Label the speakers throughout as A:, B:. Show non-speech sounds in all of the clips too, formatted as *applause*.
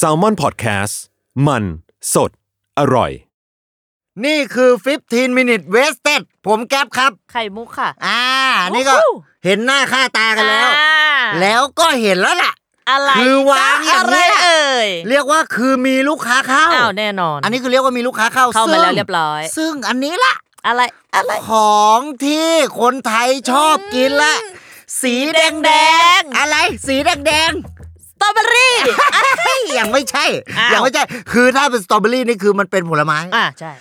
A: s a l m o n PODCAST มันสดอร่อย
B: นี่คือ 15 minute wasted ผมแก๊ปครับ
C: ไข่มุกค่ะ
B: อ่า นี่ก็
C: วู้ฮู้
B: เห็นหน้าค่าตากันแล้ว
C: อ่า
B: แล้วก็เห็นแล้วล่ะ
C: อะไร
B: คือวางอย่าง
C: อะไร
B: เนี้ย
C: เอ่ย
B: เรียกว่าคือมีลูกค้าเข้า
C: อ้าวแน่นอน
B: อันนี้คือเรียกว่ามีลูกค้าเข้า
C: เข้ามา
B: ซึ่ง
C: แล้วเรียบร้อย
B: ซึ่งอันนี้ละ
C: อะไรอะไร
B: ของที่คนไทยชอบกินละ สีแดงแดงๆอะไร สีแดงแดงๆ
C: สตรอเบอรี่
B: เฮ้ยยังไม่ใช่
C: อ้าว
B: ยังไม่ใช่ คือถ้าเป็นสตรอเบอรี่นี่คือมันเป็นผลไม้
C: อ่าใช่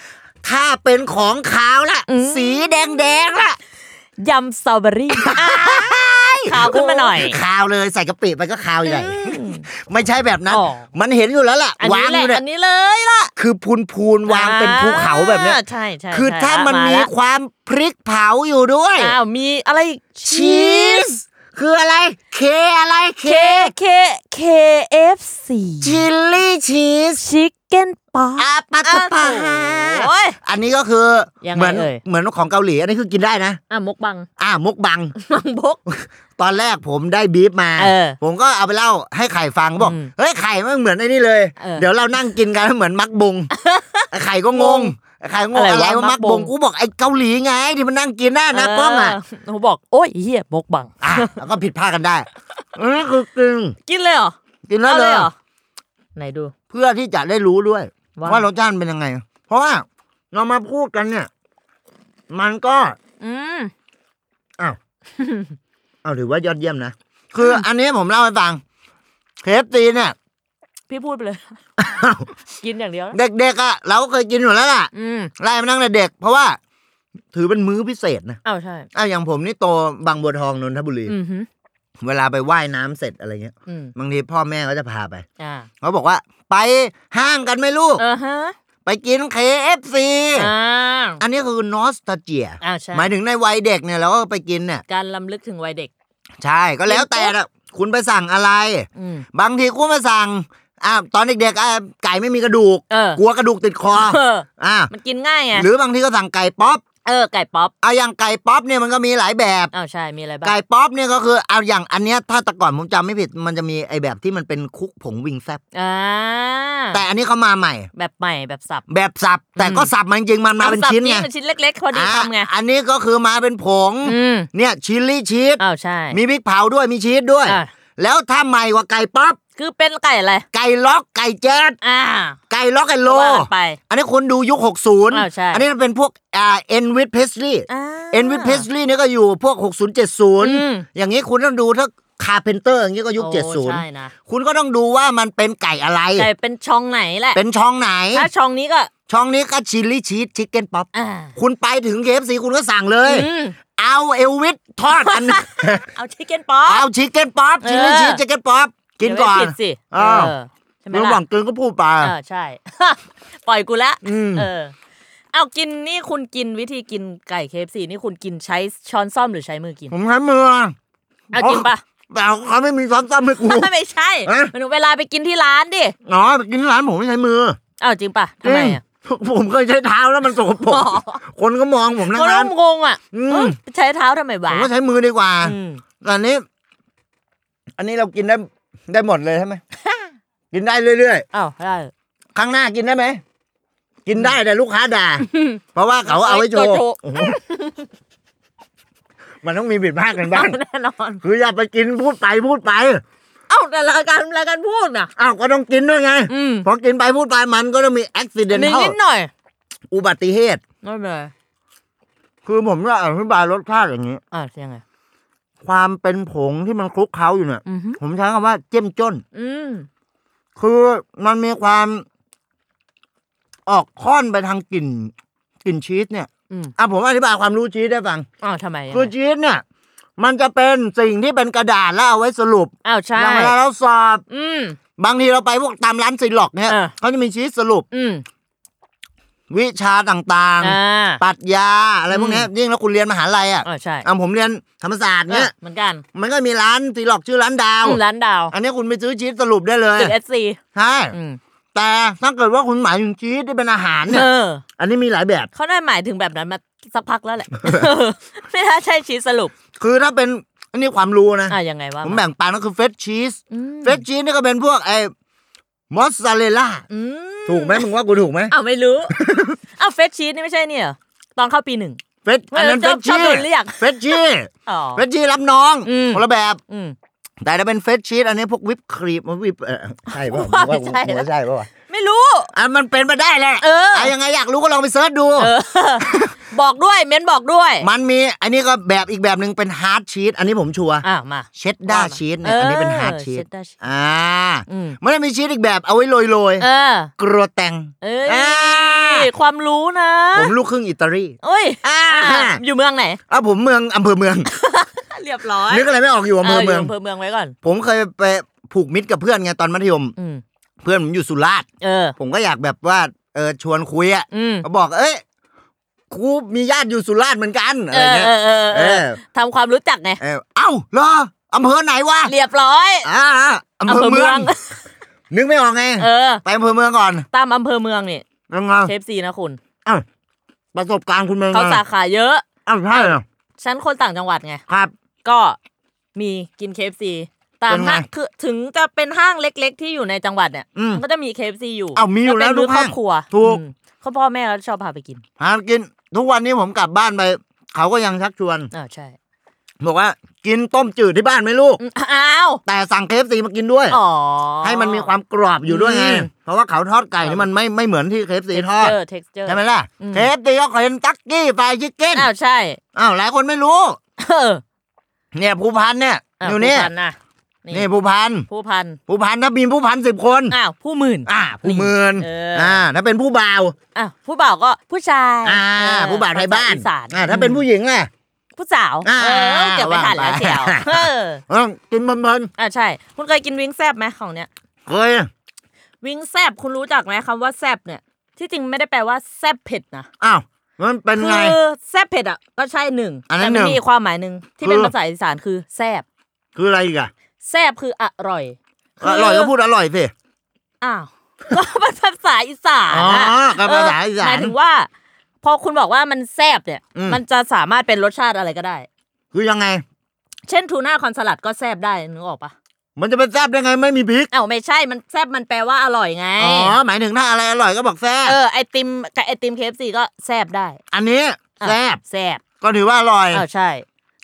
B: ถ้าเป็นของขาวละ
C: อืม
B: สีแดงแดงๆละ
C: ยำสตรอเบอรี่
B: *laughs*
C: ขาวขึ้นมาหน่อย
B: ขาวเลยใส่กะปิมันก็ขาวใหญ่ ไม่ใช่แบบนั้น
C: อ๋อ
B: มันเห็นอยู่แล้วล่ะ
C: อัน
B: วางอ
C: นี้แหละ
B: ยู่เนี่ย
C: อันนี้เลยล่ะ
B: คือพูนพูนๆวางเป็นภูเขาแบบเนี้ย
C: อ่าใช่ใช่
B: คือ
C: ใช่
B: ถ้ามันมี
C: ละ
B: ความพริกเผาอยู่ด้วย
C: อ้าวมีอะไรอีก
B: ชีสคืออะไร เคอะไรเค
C: เคเค KFC
B: ชิลลี่ชีส
C: ชิคเก้นป๊อป
B: อาปาตะปา
C: อ้าวโอ้ย
B: อันนี้ก็คือ
C: ยังไง
B: เหมือน
C: เอ่ย
B: เหมือนของเกาหลีอันนี้คือกินได้นะ
C: อ่ะมกบัง *laughs*
B: อ่ามกบัง
C: มังบก
B: ตอนแรกผมได้บีฟมา
C: เออ
B: ผมก็เอาไปเล่าให้ไข่ฟังบอก
C: อืม
B: เฮ้ยไข่มันเหมือนไอ้นี่เลย
C: เออ
B: เดี๋ยวเรานั่งกินกันเหมือนมักบ
C: *laughs*
B: งไข่ก็งง
C: ง
B: ไข่ก็งง
C: อะไร
B: อะไร
C: วะ
B: ว่า
C: มั
B: มั
C: ก
B: ก
C: บบ ง
B: งกูบอกไอ้เกาหลีไงที่มันนั่งกินน่ะนะกล้องอ่ะ
C: เเขาบอกโอ้ยเฮียมกบัง *laughs*
B: อ่ะแล้วก็ผิดพลาดกันได้อันนี้คือกิน
C: กินเลยเหรอ
B: กินแล้ว
C: อา
B: เลย
C: เหรอไหนดู
B: เพื่อที่จะได้รู้ด้วย
C: ว่า
B: ว่ารสชาติเป็นยังไง เพราะว่าเรามาพูดกันเนี่ย มันก็
C: อืม *laughs*
B: อ้าว เอาถือว่ายอดเยี่ยมนะ คือออันนี้ผมเล่าให้ฟังเคฟตีเนี่ย
C: พี่พูดไปเลย กินอย่างเดียวนะ
B: เด็กๆอะเราก็เคยกินอยู่แล้วล่ะ
C: อืม
B: ไล่มานั่งแต่เด็ก เพราะว่า ถือเป็นมื้อพิเศษนะ
C: อ้าวใช่
B: อ้าวอย่างผมนี่โตบางบัวทองนนทบุรี
C: อืมฮึ
B: เวลาไปว่ายน้ำเสร็จอะไรเงี้ย
C: อืม
B: บางทีพ่อแม่ก็จะพาไป
C: อ่า
B: เขาบอกว่า ไปห้างกันไหมลูก
C: เออฮะ
B: ไปกิน KFC
C: อ่า
B: อันนี้คือนอสตาเจีย
C: อ่าใช่
B: หมายถึงในวัยเด็กเนี่ยเราก็ไปกินเนี่ย
C: การลำลึกถึงวัยเด็ก
B: ใช่ก็แล้วแต่นะคุณไปสั่งอะไร
C: อืม
B: บางทีกูมาสั่งอ่าตอนเด็กๆอ่ะไก่ไม่มีกระดูก
C: เออ
B: กลัวกระดูกติดคอ
C: เออ
B: อ่า
C: มันกินง่ายไง
B: หรือบางทีก็สั่งไก่ป๊อป
C: เออไก่ป๊อป
B: เอาอย่างไก่ป๊อปเนี่ยมันก็มีหลายแบบ
C: อ้าวใช่มีอะไรบ้าง
B: ไก่ป๊อปเนี่ยก็คือเอาอย่างอันเนี้ยถ้าแต่ก่อนผมจำไม่ผิดมันจะมีไอแบบที่มันเป็นคุกผงวิงแซบ
C: อ่า
B: แต่อันนี้เขามาใหม่
C: แบบใหม่แบบสับ
B: แบบสับ แต่ก็สับมันจริงๆมันมาเป็น
C: สับ
B: ชิ้นไง
C: เป็นชิ้นเล็ก ๆ พอดี
B: อ่ะ
C: คำไง
B: อันนี้ก็คือมาเป็นผง
C: อืม
B: เนี่ยชิลลี่ชีส
C: อ้าวใช่
B: มีพริกเผาด้วยมีชีสด้วย
C: อ่ะ
B: แล้วถ้าใหม่กว่าไก่ป๊อป
C: คือเป็นไก่อะไร
B: ไก่ล็อกไก่แจ๊ด
C: อ่า
B: ไก่ล็อกไก่โล
C: ว่ากันไป
B: อันนี้คุณดูยุค 60
C: อ้าวใช่
B: อันนี้มันเป็นพวกอ่าเอ็นวิทเพสลี่
C: อ่า
B: เอ็นวิทเพสลีย์เนี่ยก็อยู่พวก 60
C: ม
B: 70 อย่างนี้คุณต้องดูถ้าคาเพนเตอร์อย่างนี้ก็ยุค
C: โอ้ใช่
B: 70
C: นะ
B: คุณก็ต้องดูว่ามันเป็นไก่อะไร
C: ไก่เป็นช่องไหนแหละ
B: เป็นช่องไหน
C: ถ้าช่องนี้ก็
B: ช่องนี้ก็ชิลลี่ชีสชิคเก้นป๊อป
C: อ่า
B: คุณไปถึงเคฟซีคุณก็สั่งเลย
C: อืม
B: เอาเอลวิททอด
C: *laughs*
B: อันหนึ่ง
C: เอาชิคเก้นป๊อป
B: เอาชิคเก้นป๊อป
C: เออ
B: ชิลลี่ชีสชิคเก้นป๊อปกินก่อน
C: เดี๋ยวไม่ผิดสิ
B: อ้าว
C: เออใช่ไหม
B: ระหว่า
C: ล่ะ
B: งกินก็พูดไป
C: เออใช่ *laughs* ปล่อยกูละ
B: อืม
C: เออ เอากินนี่คุณกินวิธีกินไก่เคฟซีนี่คุณกินใช้ช้อนซ่อมหรือใช้มือกิน
B: ผมใช้มือ
C: เอากินปะ
B: แต่เขาไม่มีซ้อมซ้ำให้กู
C: ไม่ใช่
B: ฮะ
C: หนูเวลาไปกินที่ร้านดิ
B: อ๋อกินที่ร้านผมไม่ใช้มือ
C: เอาจริงปะทำไมอ่ะ
B: อืมผมเคยใช้เท้าแล้วมันสกปรก
C: อ๋อ
B: คนก็มองผมทั้
C: เขา
B: ง
C: เริ่
B: ร้าน
C: มงงอ่ะ
B: อืม
C: เออใช้เท้าทำไม
B: ผ
C: วะ
B: มก็ใช้มือดีกว่า
C: อืม
B: อันนี้ อันนี้เรากินได้ได้หมดเลย
C: *laughs*
B: ใช่ไหม กินได้เรื่อย
C: อ้าวได้
B: ๆ ข้างหน้ากินได้ไหม กินได้แต่ลูกค้า
C: *laughs*
B: ด่า เพราะว่าเขาเอาไว้โชว์โอ้โห *laughs* มันต้องมีบิดพลาดกัน
C: *laughs*
B: บ้าง
C: แน่นอน
B: คืออย่าไปกินพูดไปพูดไป
C: เอ้าแต่รายการรายการพูดน่ะ
B: อ้าวก็ต้องกินด้วยไง
C: อืม
B: พอกินไปพูดไปมันก็ต้องมีอุบิเห
C: นิด
B: ตุ
C: นิดหน่อย
B: อุบัติเหตุ
C: ไม่เป็นไร
B: คือผมจะอธิบายรสชาติอย่างนี้
C: อ่ะยังไง
B: ความเป็นผงที่มันคลุกเคล้าอยู่เนี่ย
C: อือฮึ
B: ผมใช้คำว่าเจ้มจ้น
C: อืม
B: คือมันมีความออกค่อนไปทางกลิ่นกลิ่นชีสเนี่ย
C: อืม
B: อ่ะผมอธิบายความรู้ชีสได้ฟัง
C: อ้าวทำไมยังไง
B: คือชีสเนี่ย มันจะเป็นสิ่งที่เป็นกระดาษแล้วเอาไว้สรุป
C: อ้าวใช่
B: อย่างเวลาเราสอบ
C: อืม
B: บางทีเราไปพวกตามร้านซีล็อกเนี่ย
C: อ่ะ
B: เขาจะมีชีตสรุป
C: อืม
B: วิชาต่าง
C: อ่า
B: ๆปรัชญาอะไรพวกเนี้ยยิ่งแล้วคุณเรียนมหาลัยอ่ะ
C: อ่าใช่
B: อ่ะผมเรียนธรรมศาสตร์เนี่ย
C: เหมือนกัน
B: มันก็มีร้านซีล็อกชื่อร้านดาว
C: อืมร้านดาว
B: อันนี้คุณไปซื้อชีสสรุปได้เลย
C: ตึกเอสซี
B: ใช่ แต่ถ้าเกิดว่าคุณหมายถึงชีสที่เป็นอาหารเนี่
C: เอย อ
B: อันนี้มีหลายแบบ
C: เขาได้หมายถึงแบบนั้นมาสักพักแล้วแหละ
B: *laughs*
C: ไม่น่าใช่ชีสสรุป
B: คือถ้าเป็น อันนี้ความรู้นะ
C: อ่ะยังไงวะ
B: ผมแบ่งปันก็คือเฟรชชีส
C: อืม
B: เฟรชชีสนี่ก็เป็นพวกไอ้มอสซาเรลล่า
C: อืม
B: ถูกไหมมึงว่ากูถูกไหม
C: อ้าวไม่รู้ อ้าวเฟสชีสนี่ไม่ใช่เนี่ย ตอนเข้าปีหนึ่ง
B: เฟรชอันนั้น
C: เอ
B: เฟรช
C: อชอบ
B: ชี
C: โด
B: ส
C: นเรียก
B: เฟรชชีส
C: อ๋อ
B: เฟรชชีสรับน้อง
C: อืม
B: คนละแบบ
C: อืม
B: แต่ถ้าเป็นเฟรชชีสอันนี้พวกวิปครีมวิปเอ่อใช่ป่ะว่า
C: ว่าไม่
B: กู
C: ใช่นะ
B: ว่าใช่ป่าวะ
C: ไม่รู้
B: อ่ะมันเป็นมาได้แหละ
C: เออ
B: ะยังไงอยากรู้ก็ลองไปเสิร์ชดู
C: เออ บอกด้วยเม้นบอกด้วย
B: มันมีอันนี้ก็แบบอีกแบบหนึ่งเป็นฮาร์ดชีสอันนี้ผมชัวร์
C: อ่ะมา
B: เชดด้าชีสเนี่ยอันนี้เป็นฮาร์ดชีส
C: cheddar cheese
B: อ่า
C: อืม
B: มันจะมีชีสอีกแบบเอาไว้โรย
C: เออ
B: ๆกรัวแตง
C: เอ้ย
B: อ่า
C: ความรู้นะ
B: ผมลูกครึ่งอิตาลี
C: เอ้ย
B: อ่า
C: อยู่เมืองไหน
B: อ่ะผมเมืองอำเภอเมือง
C: เรียบร้อย
B: นึกอะไรไม่ออกอยู่อำเภอเมือง
C: อำเภอเมืองไว้ก่อน
B: ผมเคยไปผูกมิตรกับเพื่อนไงตอนมัธยม
C: อืม
B: เพื่อนผมอยู่สุราษฎร์
C: เออ
B: ผมก็อยากแบบว่าเออชวนคุยอ่ะ
C: อืม
B: ก็บอกเอ้ยกูมีญาติอยู่สุราษฎร์เหมือนกันอะ
C: เอ
B: ไร
C: อ
B: เงี้ย
C: เออเออเอ
B: เอ
C: อ
B: อ
C: ทำความรู้จักไง
B: เออเอ้าเหรออำเภอไหนวะ
C: เรียบร้อย
B: อ่าอำเภอเมือง นึกไม่ออกไง
C: เออ
B: ไปอำเภอเมืองก่อน
C: ตามอำเภอเมืองนี่
B: ยังไง
C: เคฟซีนะคุณ
B: อ้าวประสบการณ์คุณเมือง
C: เขาสาขาเยอะ
B: อ้าวใช่เหรอ
C: ฉันคนต่างจังหวัดไง
B: ครับ
C: ก็มีกินเคฟซีตาม
B: เป็นไง
C: ห้างคือถึงจะเป็นห้างเล็ก ๆ ที่อยู่ในจังหวัดเนี่ย
B: อืม
C: มันก็จะมีเคฟซีอยู่
B: อ้าวมีอยู่
C: ก็เป็น
B: แล้วทุก
C: มื้ครอ
B: ห้าง
C: บครัว
B: ถูก
C: อืมเขาพ่อแม่เขาชอบพาไปกิน
B: หากิน ทุกวันนี้ผมกลับบ้านไป เขาก็ยังชักชวน
C: อ่าใช่
B: บอกว่า กินต้มจืดที่บ้านไหมลูก
C: อืมอ้าว
B: แต่สั่งเคฟซีมากินด้วย
C: อ๋อ
B: ให้มันมีความกรอบอยู่ด้วยไง
C: อืม
B: เพราะว่าเขาทอดไก่นี่มันไม่ไม่เหมือนที่เคฟซีทอด
C: เจอ texture
B: ใช่ไหมล่ะ
C: อืม
B: เคฟซีก็เคยตักกี้ไฟชิคเก้น
C: *coughs* อ้าวใช่
B: อ้าวหลายคนไม่รู้
C: เออ
B: เนี่ยภูพันเนี่ย
C: อ้าว
B: อยู่นี่
C: ผู้พันนะ
B: นี่ภูพัน
C: ผู้พัน
B: ภูพันถ้ามีภูพันสิบคน
C: อ้าวผู้หมื่น
B: อ่าผู้หมืน
C: เอออ่
B: อ่าถ้าเป็นผู้บ่าว
C: อ้าวผู้บ่าวก็ผู้ชาย
B: อ่า
C: เออ
B: ผู้บ่าวไทยบ้าน
C: ภษอีสาน
B: อ่าถ้าเป็นผู้หญิงอ่ะ
C: ผู้สาว
B: อ่า
C: เออเกือบไม่ทันแล้ว
B: ว่าไป
C: เชียวเออ
B: เออกินเพลิน
C: อ่าใช่ คุณเคยกินวิงแซบไหมของเนี้ย
B: ๆเคย
C: วิงแซบคุณรู้จักไหมคำว่าแซบเนี่ย ที่จริงไม่ได้แปลว่าแซบเผ็ดนะ
B: อ้าวมันเป็น
C: คื
B: ไง
C: อแซบเผ็ดอ่ะก็ใช่หนึ่ง
B: อันนั้นห
C: แต่มั
B: นึ่ง
C: มีความหมายหนึ่งที่
B: คือ
C: เป็นภาษาอีสานคือแซบ
B: คืออะไรอีกอ่ะ
C: แซบคืออร่อยคื
B: อร่อยก็พูดอร่อยสิ
C: อ้าว *laughs* ก็เป็นภาษาอีสาน
B: อ๋
C: อะ
B: อก็ภาษาอีสาน
C: เหมายถึงว่า พอคุณบอกว่ามันแซบเนี่ย
B: อืม
C: มันจะสามารถเป็นรสชาติอะไรก็ได้
B: คือยังไง
C: เช่นทูน่าคอนสลัดก็แซบได้นึกออกปะ
B: มันจะเป็นแซ่บได้ไงไม่มีพริก
C: อ้าวไม่ใช่มันแซบมันแปลว่าอร่อยไง
B: อ๋อหมายถึงถ้าอะไรอร่อยก็บอกแซ่บ
C: เออไอติมกับไอติมเคฟซีก็แซบได้
B: อันนี้
C: อ่ะ
B: แซ่บ
C: แซบ
B: ก็ถือว่าอร่อย
C: อ้าวใช่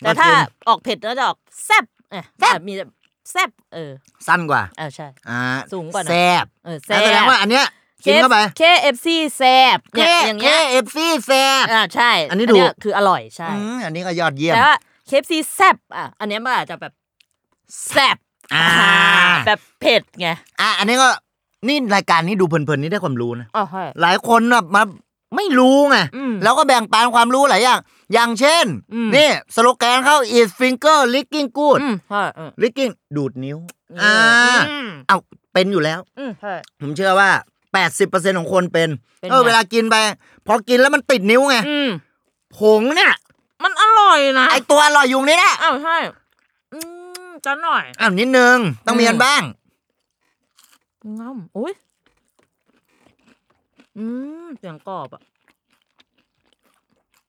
C: แต่
B: น่า
C: ถ้า
B: กิน
C: ออกเผ็ดก็จะออกแซบเอ่ะ
B: แซ่บ
C: มีแบบแซบเออ
B: สั้นกว่า
C: อ้าวใช่
B: อ่า
C: สูงกว่าหน่อย
B: แซ่บ
C: เออแซ
B: แส
C: บ
B: ดงว่าอันเนี้ยกินเข้าไป
C: เคเอฟซีแซบ
B: เค
C: เนี่ยอย่าง
B: เค
C: เงี้ย
B: เอฟซีแซ่บ
C: อ่าใช่
B: อันนี้
C: เย
B: ถูก
C: คืออร่อยใช่
B: อืมอันนี้ก็ยอดเยี่ยม
C: แต่ว่าเคฟซีแซบอ่ะอันเนี้ยมันอาจจะแบบแซบ
B: อ่า
C: แบบเผ็ดไง
B: อ่ะอันนี้ก็นี่รายการนี้ดูเพลินๆนี่ได้ความรู้นะ
C: อ๋อใช่
B: หลายคนน่ะมาไม่รู้ไง
C: อืม
B: แล้วก็แบ่งปันความรู้หลายอย่าง อย่างเช่น
C: อืม
B: นี่ สโลแกนเข้า is finger licking good
C: อืมใช่อืม
B: licking ดูดนิ้ว
C: ม
B: อ่า
C: อืม
B: เอาเป็นอยู่แล้ว
C: อืมใช่
B: ผมเชื่อว่า 80%ของคนเป็น
C: เป็น
B: เออ
C: ไง
B: เวลากินไป พอกินแล้วมันติดนิ้วไง
C: อืม
B: ผงเนี่ย
C: มันอร่อยนะ
B: ไอตัวอร่อยยุงนี่แหละ
C: อ้าวใช่อืมจะหน่อย
B: อ้าวนิดนึง ต้องมี
C: อืม
B: กันบ้าง
C: ง่ำโอ้ย อืม เสียงกรอบอ่ะ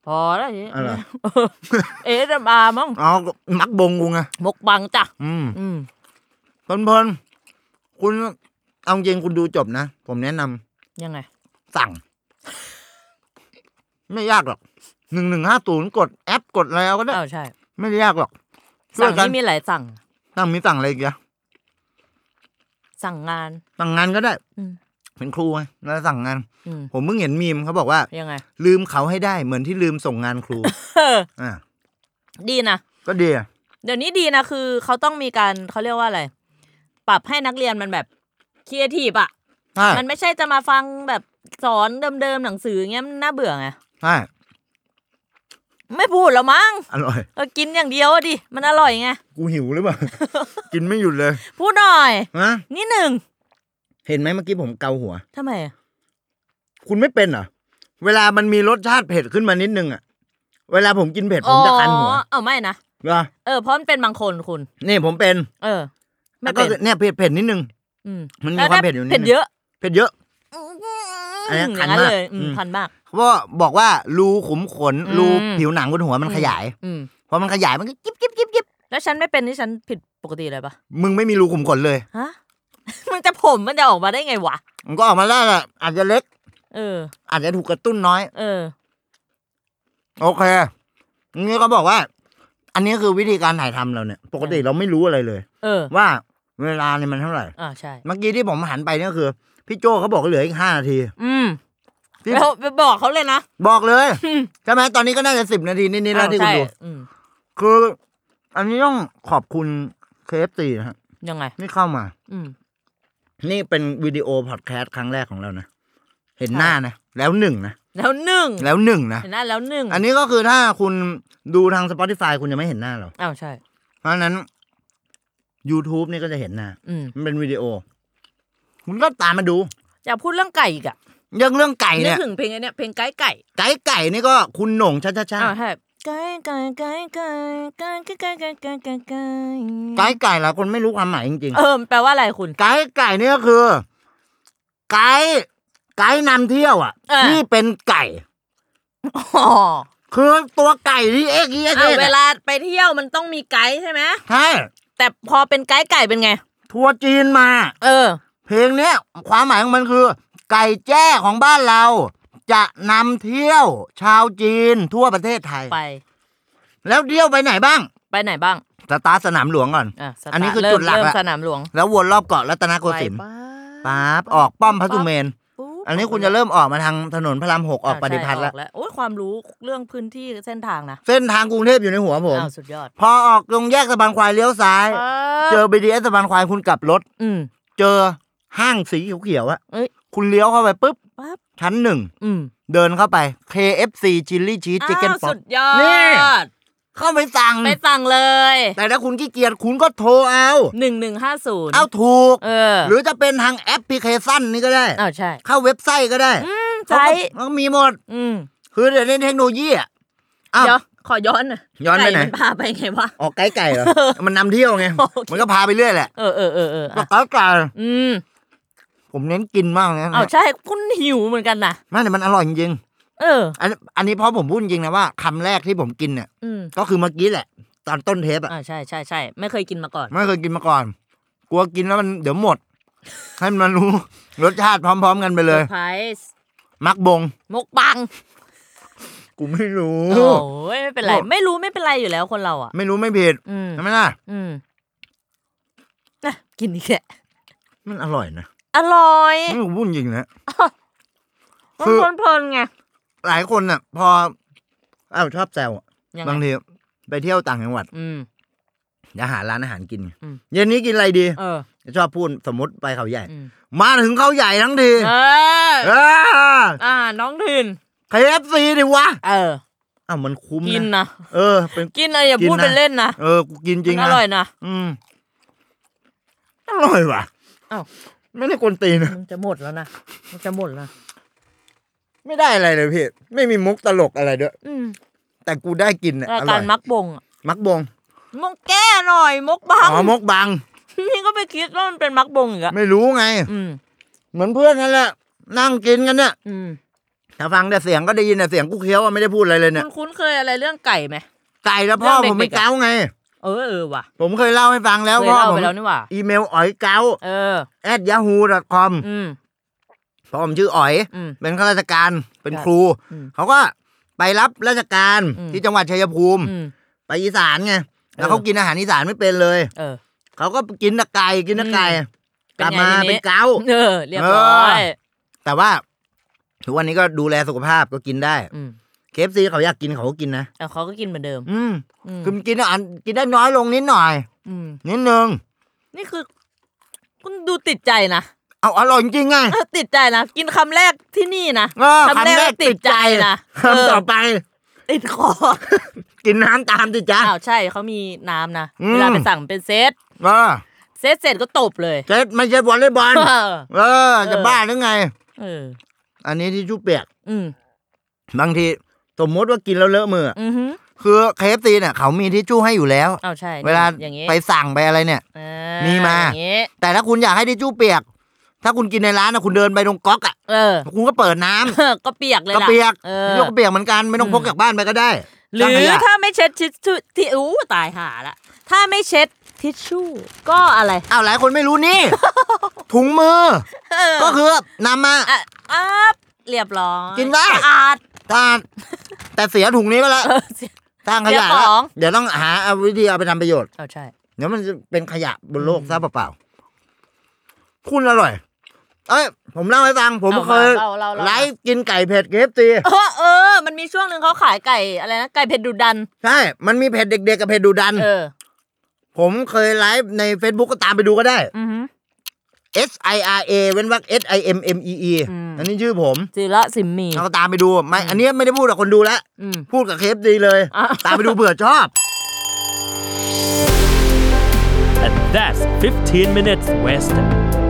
C: พอแล้วทีนี้ *laughs*
B: อะไร
C: เอสมามั้ง
B: อ๋อมักบงกูไง
C: มกบังจ้ะ
B: อืม
C: อืม
B: เพลินๆคุณเอาจริงคุณดูจบนะ ผมแนะนำ
C: ยังไง
B: สั่ง *laughs* ไม่ยากหรอกหนึ่งหนึ่งห้าศูนย์กดแอปกดอะไรเอาก็ได้
C: เอ้าใช่
B: ไม่ได้ยากหรอกช่ว
C: สั่
B: ย
C: ง
B: กัน
C: นี่มีหลายสั่ง
B: สั่งมีสั่งอะไรอีกอะ
C: สั่งงาน
B: สั่งงานก็ได้
C: อืม
B: เป็นครูไงแล้วสั่งงาน
C: อืม
B: ผมเพิ่งเห็นมีมเขาบอกว่า
C: ยังไง
B: ลืมเขาให้ได้เหมือนที่ลืมส่งงานครู
C: *laughs*
B: อ่ะ
C: ดีนะ
B: ก็ดีอะ
C: เดี๋ยวนี้ดีนะ คือเขาต้องมีการเขาเรียกว่าอะไร ปรับให้นักเรียนมันแบบคีเอทีฟอ่ะ
B: ใช่
C: มันไม่ใช่จะมาฟังแบบสอนเดิมๆหนังสืออย่างเงี้ยมันน่าเบื่อไง
B: ใช่
C: ไม่พูดแล้วมั้ง
B: อร่อย
C: ก็กินอย่างเดียวอะดิ มันอร่อยไง
B: กูหิวหรือเปล่า *laughs* กินไม่หยุดเลย
C: พูดหน่อย
B: นะ
C: นี่หนึ่ง
B: เห็นไหมเมื่อกี้ผมเกาหัว
C: ทำไมอะ
B: คุณไม่เป็นเหรอ เวลามันมีรสชาติเผ็ดขึ้นมานิดนึงอ่ะ เวลาผมกินเผ็ดผมจะคันหัว
C: อ๋อเอาไม่นะ
B: เหรอ
C: เออ เพราะมันเป็นบางคนคุณ
B: นี่ผมเป็น
C: เออ ไม่
B: แล้วก็
C: เป็น
B: เนี่ยเผ็ดเผ็ดนิดนึง
C: อื
B: มันมี
C: แล้
B: ความเผ็ดอยู่นิดนึง
C: เผ็ดเยอะ
B: เผ็ดเยอะ อัน
C: อ
B: นี้
C: ย่าง
B: คัน
C: นั้น
B: มาก
C: เลยอืม
B: อืม
C: คันมาก
B: เพราะว่าบอกว่ารูขุมขน
C: อืม
B: รูผิวหนังบนหัวมันขยาย
C: อืม
B: พอมันขยายมันก็จิ๊บจิ๊บจิ๊บจิ๊บ
C: แล้วฉันไม่เป็นนี่ฉันผิดปกติเลยปะ
B: มึงไม่มีรูขุมขนเลย
C: ฮะ มันจะผมมันจะออกมาได้ไงวะ
B: มันก็ออกมาแล้วแหละอาจจะเล็ก
C: เออ
B: อาจจะถูกกระตุ้นน้อย
C: เออ
B: โอเคนี่ก็บอกว่า อันนี้คือวิธีการถ่ายทำเราเนี่ย ปกติเราไม่รู้อะไรเลย
C: เออ
B: ว่าเวลาเนี่ยมันเท่าไหร่
C: อ่าใช่
B: เมื่อกี้ที่ผมหันไปเนี่ยคือ พี่โจเขาบอกเหลืออีกห้านาที
C: อืม
B: ที่
C: แล้วไปบอกเขาเลยนะ
B: บอก
C: *laughs*
B: เลย
C: อืม
B: ใช่ไหมตอนนี้ก็น่าจะสิบนาทีนี่ๆแล้ว
C: อ้าว
B: ที่คุณ
C: ใช่
B: ดู
C: อืม
B: คือ อันนี้ต้องขอบคุณเคฟตีนะฮะ
C: ยังไง
B: นี่เข้ามา
C: อืม
B: นี่เป็นวิดีโอพอดแคสต์ครั้งแรกของเรานะ เห็นหน้านะ แล้วหนึ่งนะ
C: แล้วหนึ่ง
B: แล้วหนึ่งนะ
C: เห็นหน้าแล้วหนึ่ง
B: อันนี้ก็คือถ้าคุณดูทาง Spotify คุณจะไม่เห็นหน้าเรา
C: อ้าวใช่
B: เพราะฉะนั้น YouTube นี่ก็จะเห็นหน้า
C: อืม
B: มันเป็นวิดีโอ คุณก็ตามมาดู
C: อยากพูดเรื่องไก่อีกอะ
B: เรื่องเรื่องไก่
C: นึก
B: เนี่ย
C: ถึงเพลงไอ้เนี่ยเพลงไก่ไก่
B: ไก่ไก่นี่ก็คุณโหน่งชัชชา
C: อ้าวใช่ไก่ไก่ไก่ไก่ไก่ไก่ไก่ไก่ไก่ไก่
B: ไก่ไก่หลายคนไม่รู้ความหมายจริง
C: เออแปลว่าอะไรคุณ
B: ๆ ไก่ไก่นี่ก็คือ ไก่ไก่นำเที่ยวอ่ะ
C: เออ
B: ที่เป็นไก่
C: อ๋อ
B: คือตัวไก่ที่เอ็กซ์เอ็กซ์
C: อ้าว
B: เอ็กซ์
C: เว
B: อะ
C: ลาไปเที่ยวมันต้องมีไกด์ใช่ไหม
B: ใช่
C: แต่พอเป็นไกด์ไก่เป็นไง
B: ทัวร์จีนมา
C: เออ
B: เพลงเนี้ยความหมายของมันคือ ไก่แจ้ของบ้านเรา จะนำเที่ยว ชาวจีนทั่วประเทศไทย
C: ไป
B: แล้วเที่ยวไปไหนบ้าง
C: ไปไหนบ้าง
B: สตาร์ทสนามหลวงก่อน
C: อ่ะสตาร์ท
B: อันนี้คือ
C: เริ่ม
B: จุดหลัก
C: เริ่ม
B: ละ
C: สนามหลวง
B: แล้ววนรอบเกาะรัตนโกสินทร์
C: ไปปั๊บ
B: ปั๊บออกป้อมพระสุเมน
C: ปุ๊บ
B: อันนี้คุณจะเริ่มออกมาทางถนนพระรามหกออก
C: ะ
B: ปฏิพัทธ์
C: ใช่
B: แล้ว
C: ออกโอ้ยความรู้เรื่องพื้นที่เส้นทางนะ
B: เส้นทางกรุงเทพอยู่ในหัวผม
C: อ้าวสุดยอด
B: พอออกตรงแยกสะพานควายเลี้ยวซ้าย เจอ BTS สะพานควายคุณกลับรถ
C: อืม
B: เจอห้างสีเขียวๆอะ
C: เอ้ย
B: คุณเลี้ยวเข้าไปปุ๊บ
C: ปั๊บ
B: ชั้นหนึ่ง
C: อืม
B: เดินเข้าไป KFC Chili Cheese Chicken
C: อ้าว
B: Pop
C: สุดยอ
B: นี่
C: ด
B: เข้าไปสั่ง
C: ไปสั่งเลย
B: แต่ถ้าคุณขี้เกียจคุณก็โทรเอา
C: หนึ่งหนึ่งห้าศูนย์
B: เอาถูก
C: เออ
B: หรือจะเป็นทางแอปพลิเคชันนี่ก็ได้
C: อ้าวใช่
B: เข้าเว็บไซต์ก็ได้
C: ใช้
B: เขาก็มีหมด
C: อืม
B: คือเดี๋ยวนี้เทคโนโลยีอ่ะอ้าว
C: เดี๋ยวขอย้อนหน่อย
B: ย้อนไปไหน
C: ก่มัพาไปไงวะ
B: ออกไกด์ไก่
C: *laughs*
B: เหรอ มันนำเที่ยวไง
C: โอเค
B: มันก็พาไปเรื่อยแหละ
C: เออเออเออเออ
B: ก็
C: อ่ะ
B: ไกด์ไก่
C: อืม
B: ผมเน้นกินมากนะ
C: อ้าวใช่คุณหิวเหมือนกันนะ
B: ไม่แต่มันอร่อยจริง
C: เออ
B: ๆอันอันนี้เพราะผมพูดจริงนะว่าคำแรกที่ผมกินเนี่ย
C: อืม
B: ก็คือเมื่อกี้แหละ ตอนต้นเทปอ่ะ
C: อ่าใช่ใช่ใช่ไม่เคยกินมาก่อน
B: ไม่เคยกินมาก่อน กลัวกินแล้วมันเดี๋ยวหมด ให้มันรู้ รสชาติพร้อม ๆ กันไปเลย
C: ไพรส์
B: มักบง
C: มกบัง
B: กูไม่รู้
C: โอ้ยไม่เป็นไร
B: โอ้
C: ไม่รู้ไม่เป็นไรอยู่แล้วคนเราอ่ะ
B: ไม่รู้ไม่ผิด
C: อืม
B: ใช่ไหมล่ะ
C: อืมนะกินอีกแหละ
B: มันอร่อยนะ
C: อร่อย
B: นี่กูพูดจริงนะ
C: มัน
B: คือ
C: เพลินๆไง
B: หลายคนน่ะ พออ้าวชอบแซวอะ
C: ยัง
B: บาง
C: ไง
B: ทีไปเที่ยวต่างจังหวัด
C: อืม
B: จะหาร้านอาหารกินไง
C: อืม
B: เย็นนี้กินอะไรดี
C: เออ
B: ชอบพูดสมมติไปเขาใหญ่
C: อืม
B: มาถึงเขาใหญ่ทั้งที
C: เออ
B: เออ
C: อ่า น้องดิน
B: เคฟซีดิวะ
C: เออ
B: อ้าวมันคุ้ม
C: กิน
B: นะ
C: นะ
B: เออ เป็น
C: กินอะไรอย่า
B: กิน
C: พูด
B: นะ
C: เป็นเล่นนะ
B: เออกูกินจริง
C: มันอ
B: นะ
C: ร่อยนะ
B: อืมอร่อยว่ะ
C: อ้าว
B: ไม่ได้กวนตีนนะ
C: มันจะหมดแล้วนะ มันจะหมดแล้ว
B: ไม่ได้อะไรเลยพี่ไม่มีมุกตลกอะไรด้วย
C: อืม
B: แต่กูได้กินเนี่ย
C: รา
B: อกร่
C: ยาร
B: อย
C: มักบงอะ
B: มักบง
C: มกแก้หน่อย มกบัง
B: อ๋อมกบัง
C: นี่ก็ไปคิดว่ามันเป็นมักบงอีกอะ
B: ไม่รู้ไง
C: อืม
B: เหมือนเพื่อนนั่นแหละ นั่งกินกันเนี่ย
C: อืม
B: ถ้าฟังแต่เสียงก็ได้ยินแต่เสียงกูเคี้ยวอะไม่ได้พูดอะไรเลย
C: คุ
B: เนี่ย
C: ณคุ้นเคยอะไรเรื่องไก่ไหม
B: ไก่แล้วพ่อ
C: เรื่
B: ผ
C: อง
B: ม
C: เด็
B: ไม่
C: กๆอะ
B: เก้าไง
C: เออเออว่ะ
B: ผมเคยเล่าให้ฟังแล้ว
C: เคย
B: พ่อ
C: เล่า
B: ผม
C: ไปแล้วนี่หว่า
B: อีเมลอ๋อยเก้า
C: เออ
B: แอดยาฮูดอทคอม
C: อืม
B: พ่อผมชื่ออ๋อย
C: อืม
B: เป็นข้าราชการเป็นครู
C: อืม
B: เขาก็ไปรับราชการ
C: อืม
B: ที่จังหวัดชัยภูมิ
C: อืม
B: ไปอีสานไงแล้ว
C: เออ
B: เขากินอาหารอีสานไม่เป็นเลย
C: เออ
B: เขาก็กินแตะไก่กินแตะไก่
C: เป็
B: ก
C: นไง
B: ลับมา
C: ทีนี้
B: เป็นเก้า
C: เออ เรียบร้อย
B: แต่ว่าทุกวันนี้ก็ดูแลสุขภาพก็กินได้
C: อืม
B: เคฟซีเขาอยากกินเขาก็กินนะ
C: แต่เขาก็กินเหมือนเดิม
B: อืม
C: อืม
B: คือมันกินอาหารกินได้น้อยลงนิดหน่อย
C: อืม
B: นิดนึง
C: นี่คือ คุณดูติดใจนะ
B: เอาอร่อยจริงไง
C: เออติดใจนะ กินคำแรกที่นี่นะ
B: เออคำแรกติดใจ
C: นะ
B: คำต่อไป
C: ติดค
B: *laughs*
C: อ
B: กินน้ำตามสิจ๊ะ
C: อ้าวใช่เขามีน้ำนะ
B: อืม
C: เวลาไปสั่งเป็นเซต
B: เออ
C: เซตเสร็จก็ตบเลย
B: เจ็ดไม่ใช่วอลเลย์บอล
C: เออ
B: เออ จะบ้าหรือไง
C: เออ
B: อันนี้ที่ชูเปียก
C: อืม
B: บางที สมมติว่ากินแล้วเลอะมือ
C: อือหือ
B: คือเคฟซีเนี่ยเขามีทิชชู่ให้อยู่แล้ว
C: อ้าวใช่นี่
B: เวลา
C: อย่างงี้
B: ไปสั่งไปอะไรเนี่ย
C: อ่
B: มีมา
C: อย่างงี้
B: แต่ถ้าคุณอยากให้ทิชชู่เปียก ถ้าคุณกินในร้านนะคุณเดินไปตรงก๊อกอ่ะ
C: เอ *laughs* อ
B: คุณก็เปิดน้ำ
C: *laughs* ก็เปียกเลย
B: กระ
C: ล่ะ
B: เปียก
C: เออ
B: ยกกระเปียกเหมือนกันไม่ต้อง
C: อืม
B: พกจากบ้านไปก็ได้
C: หรื
B: ตั้ง
C: อย
B: ขะ
C: ถ้าไม่เช็ดทิชชู่ที่อู้ตายหาละ ถ้าไม่เช็ดทิชชู่ ก็อะไร
B: อ้าวหลายคนไม่รู้นี่
C: *laughs*
B: ถุงมือ
C: เออ
B: ก็คือนำมา
C: อ่ะอัพเรียบร้อย
B: กินได้
C: สะอาด
B: ตาแต่เสียถุงนี้ก็แล้วสร้างขยะ
C: เสียข
B: แล้ว
C: อง
B: เดี๋ยวต้องหาเอาวิธีเอาไปทำประโยชน์
C: เอาใช่
B: เดี๋ยวมันจะเป็นขยะบนโลกซะเปล่าๆคุณอร่อย เอ้ย ผมเล่าให้ฟัง ผม
C: เอา
B: เคย
C: เล่าเล่าเล่า
B: ไลฟ์กินไก่เผ็ดเคฟตี
C: เออเออ มันมีช่วงหนึ่งเขาขายไก่อะไรนะ ไก่เผ็ดดุดัน
B: ใช่ มันมีเผ็ดเด็กๆกับเผ็ดดูดัน
C: เออ
B: ผมเคยไลฟ์ใน Facebook ก็ตามไปดูก็ได้
C: อือหือ
B: S I R A เว้นวรรค S I M M E E
C: อืม
B: อันนี้ชื่อผม
C: จิระสิมมี
B: เราก็ตามไปดูไม่ อันเนี้ยไม่ได้พูดกับคนดูแล้ว
C: อืม
B: พูดกับเคฟดีเลย
C: อ่ะ
B: ตามไปดูเผื่อชอบ
D: And that's 15 minutes wasted.